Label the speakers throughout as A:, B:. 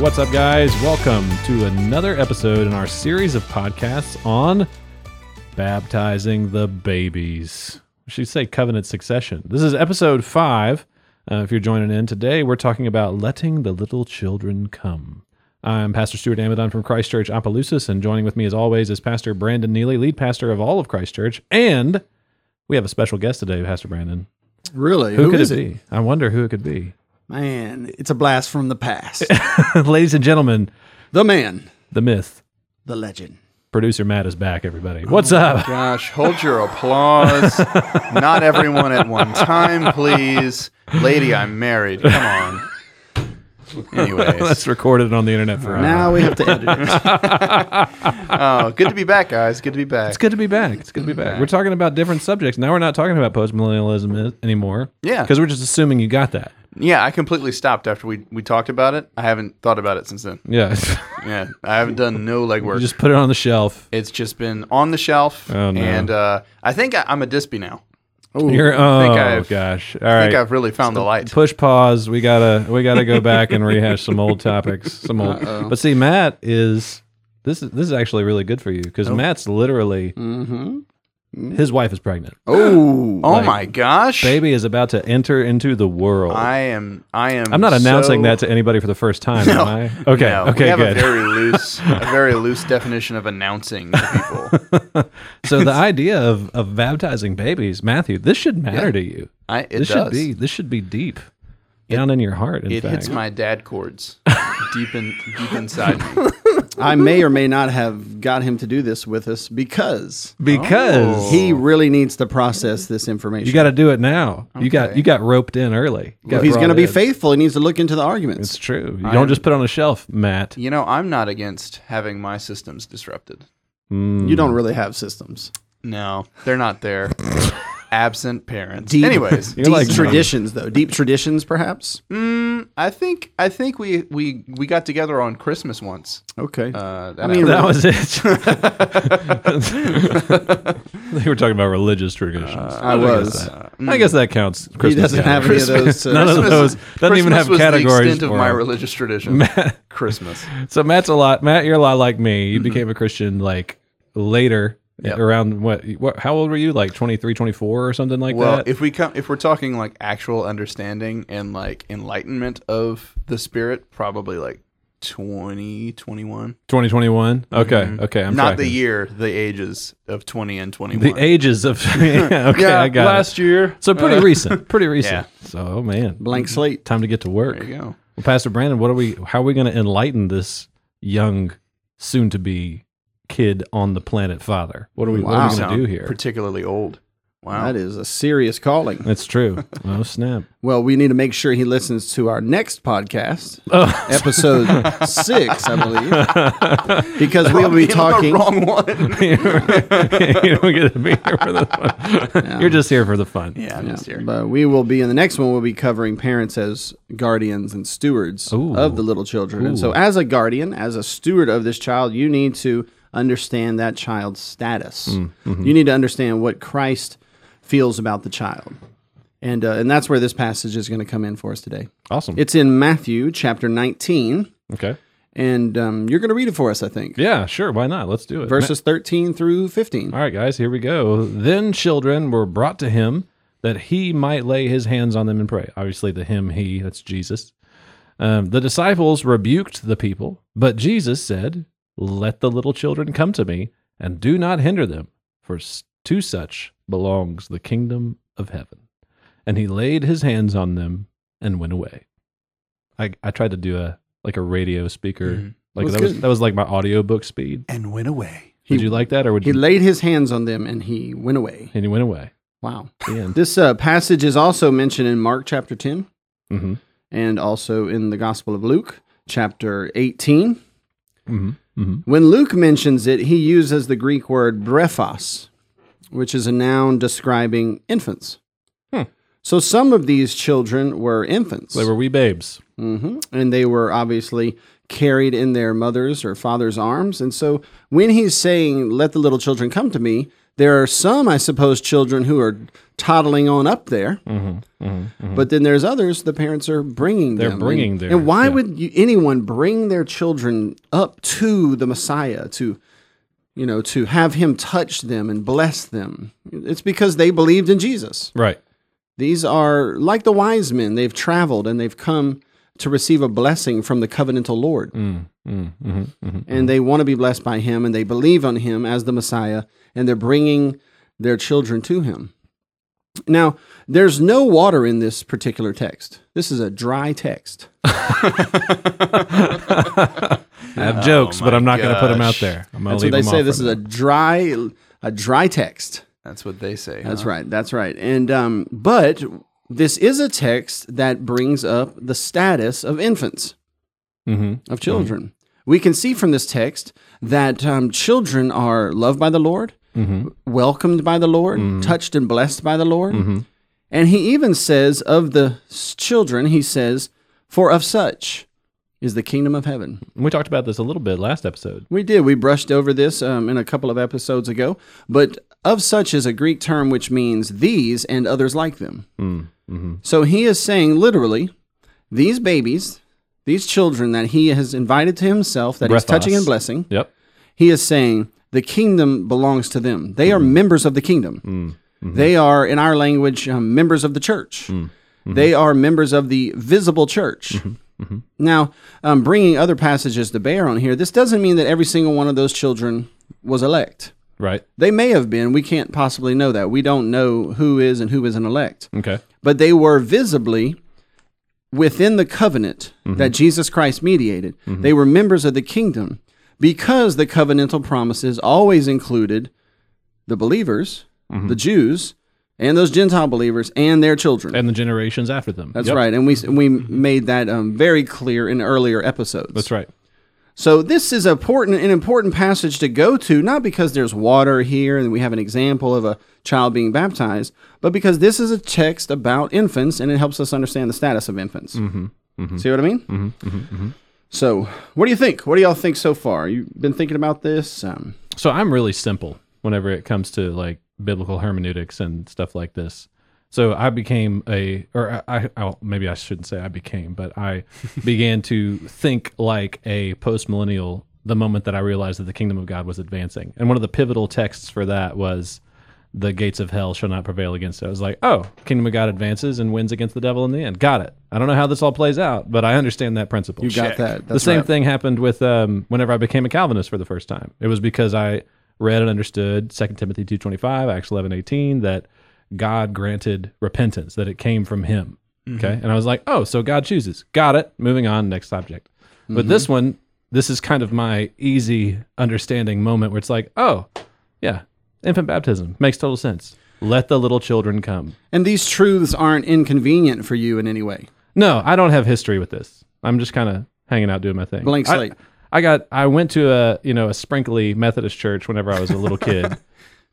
A: What's up, guys? Welcome to another episode in our series of podcasts on baptizing the babies. We should say covenant succession. This is episode five. Uh, if you're joining in today, we're talking about letting the little children come. I'm Pastor Stuart Amadon from Christ Church Opelousas, and joining with me as always is Pastor Brandon Neely, lead pastor of all of Christ Church, and we have a special guest today, Pastor Brandon.
B: Really?
A: Who, could
B: is
A: it be? I wonder who it could be.
B: Man, it's a blast from the past.
A: Ladies and gentlemen,
B: the man,
A: the myth,
B: the legend.
A: producer Matt is back, everybody. What's up?
C: Gosh, hold your applause. Not everyone at one time, please. Lady, I'm married. Come on. Anyways,
A: That's recorded on the internet forever.
B: Now we have to edit it.
C: oh, good to be back, guys. Good to be back.
A: It's good to be back. It's good to be back. We're talking about different subjects. Now we're not talking about postmillennialism i- anymore.
C: Yeah.
A: Because we're just assuming you got that.
C: Yeah, I completely stopped after we, we talked about it. I haven't thought about it since then.
A: Yeah.
C: Yeah, I haven't done no legwork.
A: just put it on the shelf.
C: it's just been on the shelf,
A: Oh, no.
C: and uh, I think I, I'm a Dispy now.
A: You're, oh
C: I've-
A: gosh. All
C: I
A: right.
C: think I've really found the light.
A: Push pause. We gotta we gotta go back and rehash some old topics. Some old. But see, Matt is this is this is actually really good for you because Matt's literally his wife is pregnant.
B: Oh,
C: Oh my gosh,
A: Baby is about to enter into the world.
C: I am. I am.
A: I'm not announcing
C: so-
A: that to anybody for the first time,
C: No.
A: am I? Okay,
C: No, we
A: okay,
C: have
A: good.
C: a very loose, a very loose definition of announcing to people.
A: so the idea of, of baptizing babies, Matthew, this should matter to you.
C: I, it
A: This
C: does.
A: should be this should be deep down in your heart. In
C: it
A: fact,
C: hits my dad chords deep in deep inside me.
B: I may or may not have got him to do this with us because
A: because
B: he really needs to process this
A: Oh. you
B: information.
A: got to do it now. You got you got roped in early. You got
B: if he's going to
A: brought
B: be
A: in.
B: faithful, he needs to look into the arguments.
A: It's true. You don't just put it on a shelf, Matt.
C: You know, I'm not against having my systems disrupted.
B: You
A: mm.
B: don't really have systems.
C: No, they're not there. Absent parents.
B: Deep-
C: Anyways,
A: You're
B: deep
A: like-
B: traditions, though. Deep traditions, perhaps.
C: mm, I think I think we we we got together on Christmas once.
B: Okay.
C: Uh,
B: I mean,
A: That was it. they were talking about religious traditions.
B: I was.
C: uh,
A: I guess that counts. Christmas
B: doesn't have
A: gatherings.
B: any of those, uh,
A: None of
C: Christmas-
A: those. Doesn't even
C: Christmas
A: have
C: was
A: categories.
C: The extent of
A: for
C: my
A: them.
C: religious tradition. Christmas.
A: So Matt's a lot. Matt, you're a lot like me. You became a Christian like later, around what, what? How old were you? Like 23, 24 or something like
C: Well,
A: that.
C: if we come, if we're talking like actual understanding and like enlightenment of the spirit, probably like 20, 21.
A: Twenty twenty one. Okay, okay. I'm
C: Mm-hmm. Not
A: tracking.
C: the year, the ages of twenty and twenty
A: The
C: one.
A: ages of yeah, okay, I got it.
C: year.
A: So pretty recent, pretty recent.
C: Uh, Yeah.
A: So oh, man,
B: Blank slate.
A: time to get to work.
C: There you go.
A: Well, Pastor Brandon, what are we? How are we going to enlighten this young, soon to be kid on the planet father? What are we? What are we
C: You
A: going to do
C: sound
A: here?
C: Particularly old. Wow.
B: That is a serious calling.
A: That's true. Oh snap!
B: Well, we need to make sure he listens to our next podcast,
A: Oh.
B: episode six, I believe, because we'll be
C: You're on the
B: talking.
C: wrong one.
A: you don't get to be here for the fun. You're just here for the fun.
C: yeah, I'm just here.
B: But we will be in the next one. We'll be covering parents as guardians and stewards
A: Ooh.
B: of the little children. And so, as a guardian, as a steward of this child, you need to understand that child's status.
A: Mm, mm-hmm.
B: You need to understand what Christ feels about the child, and uh, and that's where this passage is going to come in for us today.
A: Awesome.
B: It's in Matthew chapter nineteen.
A: okay.
B: and um, you're going to read it for us, I think.
A: Yeah, sure. Why not? Let's do it.
B: Verses 13 through 15.
A: All right, guys, here we go. Then children were brought to him that he might lay his hands on them and pray. Obviously, the him, he, that's Jesus. Um, the disciples rebuked the people, but Jesus said, Let the little children come to me and do not hinder them, for s- to such belongs the kingdom of heaven. And he laid his hands on them and went away. I, I tried to do a like a radio speaker.
C: Mhm.
A: Like that was
B: That's Mm-hmm. good.
A: that was like my audiobook speed.
C: And went away.
A: Would you like that or would
B: He
A: you
B: laid his hands on them and he went away.
A: and he went away.
B: Wow.
A: The end.
B: This uh, passage is also mentioned in Mark chapter 10
A: Mm-hmm.
B: and also in the Gospel of Luke chapter 18.
A: Mm-hmm. Mm-hmm.
B: When Luke mentions it, he uses the Greek word brephos, which is a noun describing infants.
A: Hmm.
B: So some of these children were infants.
A: They were wee babes.
B: hmm And they Mm-hmm. were obviously carried in their mother's or father's arms. And so when he's saying, Let the little children come to me, there are some, I suppose, children who are toddling on up there. But then there's others, the parents are bringing
A: Mm-hmm. They're
B: them.
A: bringing
B: and,
A: their-
B: And why
A: yeah.
B: would you, anyone bring their children up to the Messiah to, you know, to have him touch them and bless them? It's because they believed in Jesus.
A: Right.
B: These are like the wise men. They've traveled and they've come to receive a blessing from the covenantal Lord.
A: Mm, mm-hmm,
B: And they want to be blessed by him and they believe on him as the Messiah and they're bringing their children to him. Now, there's no water in this particular text. This is a dry text.
A: I have
B: Oh
A: jokes, but I'm not going to put them out
C: gosh.
A: there. I'm going
B: That's
A: to leave
B: what they
A: them
B: say.
A: off
B: This
A: for
B: is a
A: now.
B: dry a dry text.
C: That's what they say.
B: That's
C: huh?
B: right. That's right. And um, but this is a text that brings up the status of infants.
A: Mhm.
B: of children. We can see from this text that um, children are loved by the Lord, w- welcomed by the Lord, touched and blessed by the Lord. And he even says of the s- children, he says, For of such is the kingdom of heaven.
A: We talked about this a little bit last episode.
B: We did. We brushed over this um, in a couple of episodes ago, but of such is a Greek term which means these and others like them. So he is saying literally, these babies, these children that he has invited to himself, that
A: Breathos.
B: he's touching and blessing,
A: Yep.
B: he is saying the kingdom belongs to them. They are members of the kingdom. They are, in our language, um, members of the church. They are members of the visible church. Now, um, bringing other passages to bear on here, this doesn't mean that every single one of those children was elect.
A: Right.
B: They may have been. We can't possibly know that. We don't know who is and who isn't elect.
A: Okay.
B: But they were visibly within the covenant that Jesus Christ mediated. They were members of the kingdom because the covenantal promises always included the believers, the Jews, and those Gentile believers and their children.
A: And the generations after them.
B: That's
A: Yep.
B: right. And we, we made that um, very clear in earlier episodes.
A: That's right.
B: So this is important an important passage to go to, not because there's water here and we have an example of a child being baptized, but because this is a text about infants and it helps us understand the status of infants. Mm-hmm, See what I mean? Mm-hmm, So, what do you think? What do y'all think so far? You've been thinking about this? Um,
A: So I'm really simple whenever it comes to like biblical hermeneutics and stuff like this. So I became a, or I, I well, maybe I shouldn't say I became, but I began to think like a post millennial the moment that I realized that the kingdom of God was advancing. And one of the pivotal texts for that was the gates of hell shall not prevail against it. I was like, oh, kingdom of God advances and wins against the devil in the end. Got it. I don't know how this all plays out, but I understand that principle.
B: you got that?
A: the
B: That's
A: same
B: right.
A: thing happened with um, whenever I became a Calvinist for the first time. It was because I read and understood 2 Timothy 2.25, Acts 11.18, that God granted repentance, that it came from him.
B: Mm-hmm.
A: Okay. And I was like, oh, so God chooses. Got it. Moving on, next subject. But
B: Mm-hmm.
A: this one, this is kind of my easy understanding moment where it's like, oh, yeah, infant baptism makes total sense. Let the little children come.
B: And these truths aren't inconvenient for you in any way.
A: No, I don't have history with this. I'm just kind of hanging out doing my thing.
B: Blank
A: I-
B: slate.
A: I, got. I went to a you know a sprinkly Methodist church whenever I was a little kid. Uh,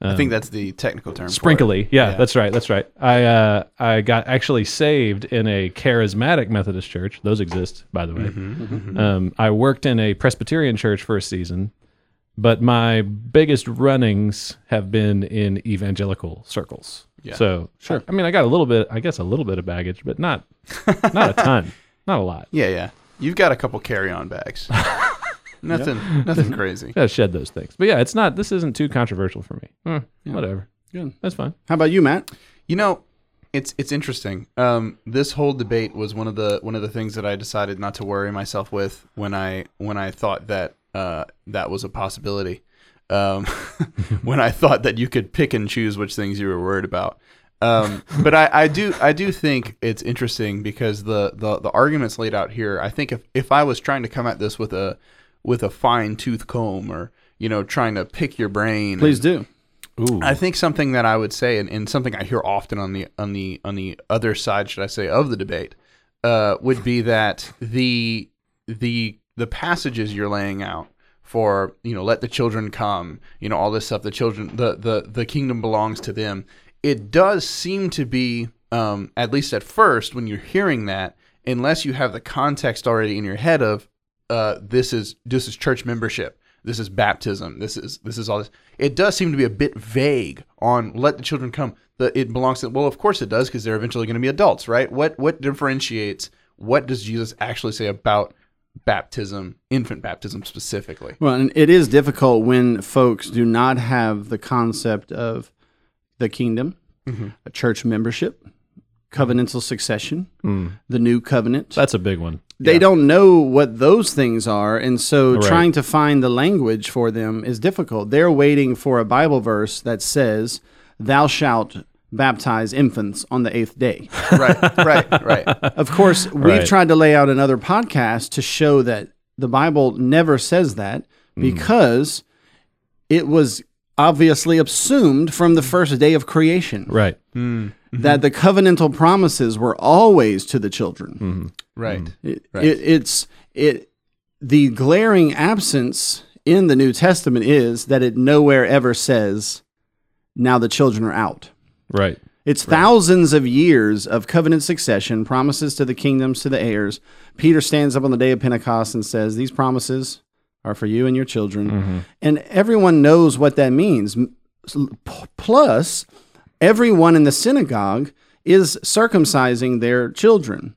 C: I think that's the technical term. for it.
A: sprinkly, yeah, that's right, that's right. I uh, I got actually saved in a charismatic Methodist church. Those exist, by the way. Um, I worked in a Presbyterian church for a season, but my biggest runnings have been in evangelical circles.
C: Yeah.
A: So sure. I mean, I got a little bit. I guess a little bit of baggage, but not not a ton, not a lot.
C: Yeah, yeah. You've got a couple carry-on bags. nothing, nothing crazy.
A: gotta shed those things. But yeah, it's not. This isn't too controversial for me. Eh, Whatever.
B: Good.
A: That's fine.
B: How about you, Matt?
C: You know, it's it's interesting. Um, this whole debate was one of the one of the things that I decided not to worry myself with when I when I thought that uh, that was a possibility. Um, when I thought that you could pick and choose which things you were worried about. Um, but I, I do I do think it's interesting because the, the the arguments laid out here. I think if if I was trying to come at this with a with a fine tooth comb or you know trying to pick your brain,
B: Please do.
C: I think something that I would say, and, and something I hear often on the on the on the other side, should I say, of the debate, uh, would be that the the the passages you're laying out for you know let the children come, you know all this stuff. The children, the the the kingdom belongs to them. It does seem to be, um, at least at first, when you're hearing that, unless you have the context already in your head of uh, this is this is church membership. This is baptism. This is this is all this. It does seem to be a bit vague on let the children come. The, it belongs to well, of course it does because they're eventually going to be adults, right? What what differentiates? What does Jesus actually say about baptism, infant baptism specifically?
B: Well, and it is difficult when folks do not have the concept of the kingdom, a church membership, covenantal succession, the new covenant.
A: That's a big one.
B: they don't know what those things are and so
A: Right.
B: trying to find the language for them is difficult they're waiting for a bible verse that says thou shalt baptize infants on the eighth day
C: right, right, right.
B: of course we've
A: Right.
B: tried to lay out another podcast to show that the bible never says that
A: Hmm.
B: because it was obviously assumed from the first day of creation
A: Right. Mm-hmm.
B: that the covenantal promises were always to the children
A: Hmm.
C: Right.
B: it,
C: Right.
B: it, it's it the glaring absence in the New Testament is that it nowhere ever says now the children are out.
A: Right.
B: It's thousands of years of covenant succession, promises to the kingdoms, to the heirs. Peter stands up on the day of Pentecost and says, These promises are for you and your children. And everyone knows what that means. M- s- p- Plus, everyone in the synagogue is circumcising their children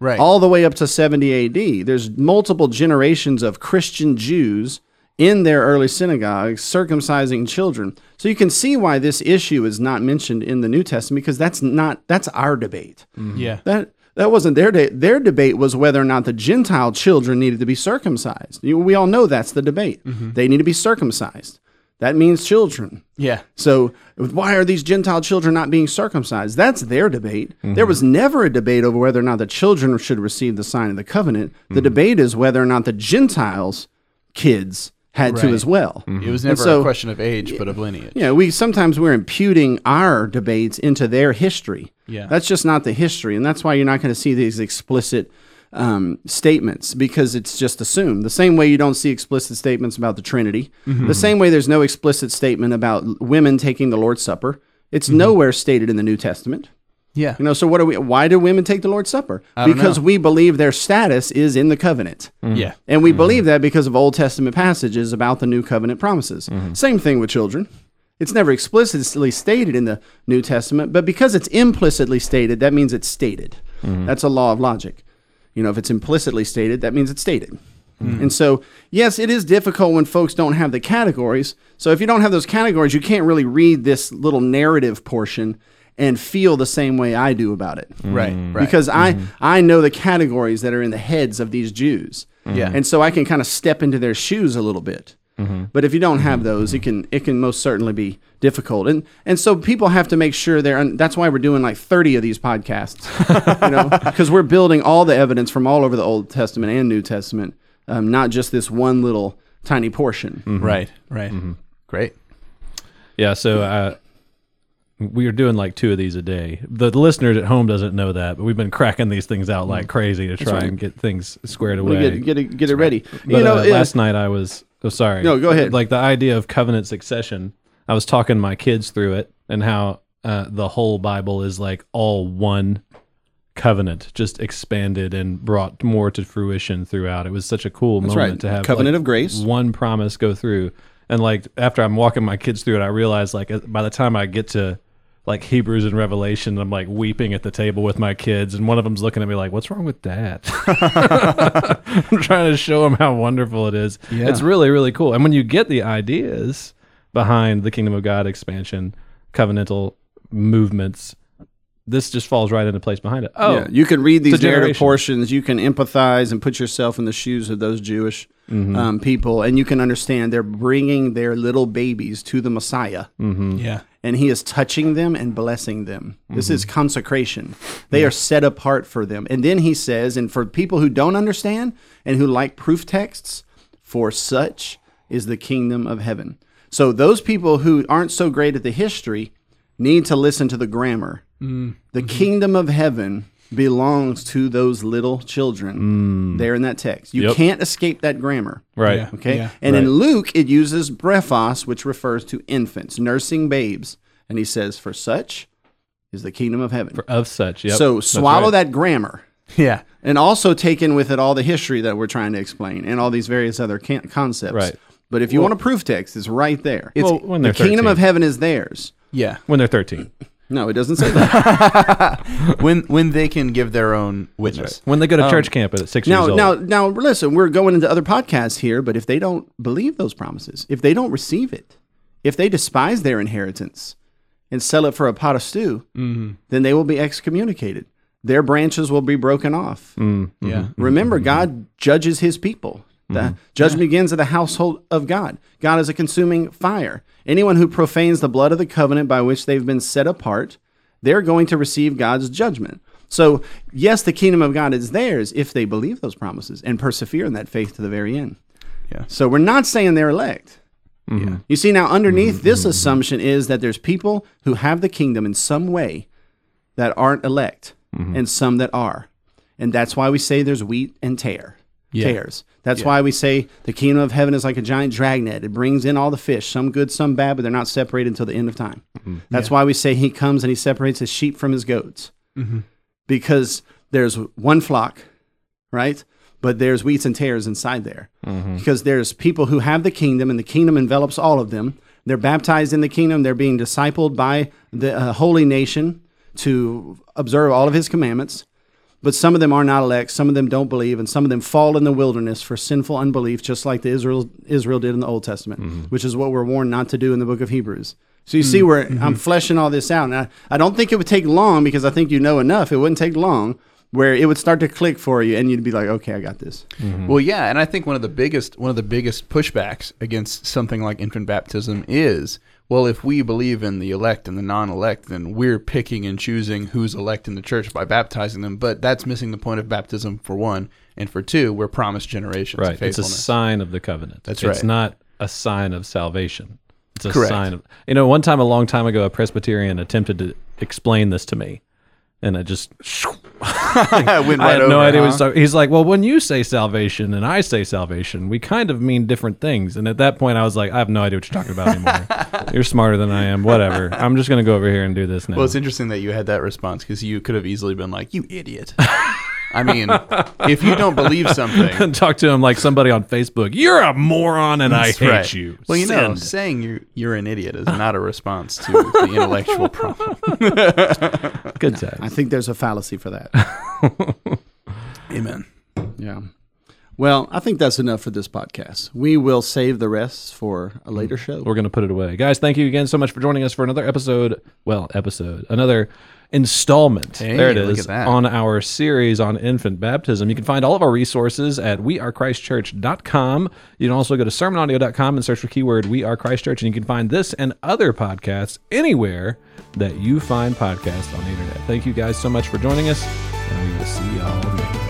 C: Right.
B: all the way up to 70 AD. There's multiple generations of Christian Jews in their early synagogues circumcising children. So you can see why this issue is not mentioned in the New Testament because that's not that's our debate.
C: yeah.
B: That that wasn't their debate. Their debate was whether or not the Gentile children needed to be circumcised. You- We all know that's the debate. They need to be circumcised. That means children.
C: Yeah.
B: So why are these Gentile children not being circumcised? That's their debate. There was never a debate over whether or not the children should receive the sign of the covenant. The debate is whether or not the Gentiles kids had to
C: Right.
B: as well.
C: It was never
B: so-
C: a question of age, but of lineage.
B: You know, we sometimes we're imputing our debates into their history.
C: Yeah.
B: That's just not the history. And that's why you're not going to see these explicit um, statements because it's just assumed. The same way you don't see explicit statements about the Trinity, the same way there's no explicit statement about l- women taking the Lord's Supper. It's nowhere stated in the New Testament.
C: Yeah.
B: You know, so what are we? Why do women take the Lord's Supper? Because we believe their status is in the covenant.
C: Yeah.
B: And we believe that because of Old Testament passages about the new covenant promises. Same thing with children. It's never explicitly stated in the New Testament, but because it's implicitly stated, that means it's stated. That's a law of logic. You know, if it's implicitly stated, that means it's stated. And so, yes, it is difficult when folks don't have the categories. So, if you don't have those categories, you can't really read this little narrative portion and feel the same way I do about it
C: Right. Right.
B: because I
A: Mm-hmm.
B: I know the categories that are in the heads of these Jews.
A: Mm-hmm.
C: Yeah.
B: And so I can kind of step into their shoes a little bit.
A: Mm-hmm.
B: But if you don't have those, it can it can most certainly be difficult. And and so people have to make sure they're and that's why we're doing like 30 of these podcasts, you know, cuz we're building all the evidence from all over the Old Testament and New Testament, um, not just this one little tiny portion.
C: Right. Right. Mm-hmm. Great.
A: Yeah. So uh, we are doing like two of these a day. The listeners at home doesn't know that, but we've been cracking these things out like crazy to try and get things squared
B: We
A: away.
B: Get get it, get it ready.
A: But,
B: you know,
A: uh,
B: yeah.
A: last night I was. Oh, sorry.
B: No, go ahead.
A: Like the idea of covenant succession. I was talking my kids through it and how uh, the whole Bible is like all one covenant, just expanded and brought more to fruition throughout. It was such a cool moment
B: right.
A: to have
B: Covenant
A: like,
B: of grace.
A: one promise go through. And like after I'm walking my kids through it, I realize like uh, by the time I get to like Hebrews and Revelation, I'm like weeping at the table with my kids, and one of them's looking at me like, "What's wrong with that?" I'm trying to show them how wonderful it is. It's really, really cool. And when you get the ideas behind the kingdom of God expansion, covenantal movements, this just falls right into place behind it. Oh,
B: Yeah, you can read these
A: It's a
B: narrative
A: generation.
B: portions. You can empathize and put yourself in the shoes of those Jewish
A: Mm-hmm.
B: um, people, and you can understand they're bringing their little babies to the Messiah,
C: Yeah.
B: and He is touching them and blessing them. This is consecration. They are set apart for them. And then He says, and for people who don't understand and who like proof texts, for such is the kingdom of heaven. So those people who aren't so great at the history need to listen to the grammar. The kingdom of heaven belongs to those little children there in that text. You
A: Yep.
B: can't escape that grammar.
A: right.
C: Yeah.
B: Okay. and in Luke, it uses brephos, which refers to infants, nursing babes. And he says, For such is the kingdom of heaven.
A: Of such, yep.
B: so
A: That's
B: swallow
A: right.
B: that grammar.
C: Yeah.
B: and also take in with it all the history that we're trying to explain and all these various other can- concepts.
A: Right.
B: But if you want a proof text, it's right there. It's
A: Well, when
B: the
A: they're 13.
B: kingdom of heaven is theirs.
C: Yeah.
A: when they're 13.
B: No, it doesn't say that.
C: when when they can give their own witness.
A: When they go to church camp at six
B: Um, now,
A: years old.
B: now, now, listen. We're going into other podcasts here, but if they don't believe those promises, if they don't receive it, if they despise their inheritance and sell it for a pot of stew,
A: Mm-hmm.
B: then they will be excommunicated. Their branches will be broken off.
C: Yeah.
B: Mm-hmm. Remember, God judges his people. The judgment begins at the household of God. God is a consuming fire. Anyone who profanes the blood of the covenant by which they've been set apart, they're going to receive God's judgment. So, yes, the kingdom of God is theirs if they believe those promises and persevere in that faith to the very end.
C: Yeah.
B: So, we're not saying they're elect. You see, now underneath this assumption is that there's people who have the kingdom in some way that aren't elect and some that are. And that's why we say there's wheat and tear. Tears. That's why we say the kingdom of heaven is like a giant dragnet. It brings in all the fish, some good, some bad, but they're not separated until the end of time. That's why we say he comes and he separates his sheep from his goats. Because there's one flock, right? But there's wheats and tares inside there. Because there's people who have the kingdom, and the kingdom envelops all of them. They're baptized in the kingdom, they're being discipled by the uh, holy nation to observe all of his commandments. But some of them are not elect, some of them don't believe, and some of them fall in the wilderness for sinful unbelief, just like the Israel, Israel did in the Old Testament, which is what we're warned not to do in the book of Hebrews. So you see where I'm fleshing all this out. And I, I don't think it would take long because I think you know enough. It wouldn't take long where it would start to click for you and you'd be like, okay, I got this.
A: Mm-hmm.
C: Well, yeah, and I think one of the biggest one of the biggest pushbacks against something like infant baptism is, well, if we believe in the elect and the non-elect, then we're picking and choosing who's elect in the church by baptizing them. But that's missing the point of baptism for one, and for two, we're promised generations of
A: right. It's a
C: faithfulness.
A: sign of the covenant.
C: That's
A: It's
C: right.
A: not a sign of salvation. It's a
C: Correct.
A: sign of. You know, one time, a long time ago, a Presbyterian attempted to explain this to me. And I just,
C: I went
A: I
C: right
A: had
C: over,
A: no idea. What
C: huh?
A: he was talking. He's like, well, when you say salvation and I say salvation, we kind of mean different things. And at that point, I was like, I have no idea what you're talking about anymore. you're smarter than I am. Whatever. I'm just gonna go over here and do this now.
C: Well, it's interesting that you had that response because you could have easily been like, "You idiot." I mean, if you don't believe something,
A: and talk to him like somebody on Facebook. You're a moron, and I hate
C: right.
A: you.
C: Well, you know,
A: Send.
C: saying you you're an idiot is not a response to the intellectual problem.
A: good time.
B: I think there's a fallacy for that.
C: Amen.
B: yeah. Well, I think that's enough for this podcast. We will save the rest for a later show.
A: we're going to put it away. Guys, thank you again so much for joining us for another episode. Well, episode, another installment.
C: Hey,
A: there it
C: look
A: is
C: at that.
A: on our series on infant baptism. You can find all of our resources at wearechristchurch.com. You can also go to sermonaudio.com and search for keyword We Are Christ Church, and you can find this and other podcasts anywhere that you find podcasts on the internet. Thank you guys so much for joining us, and we will see y'all later.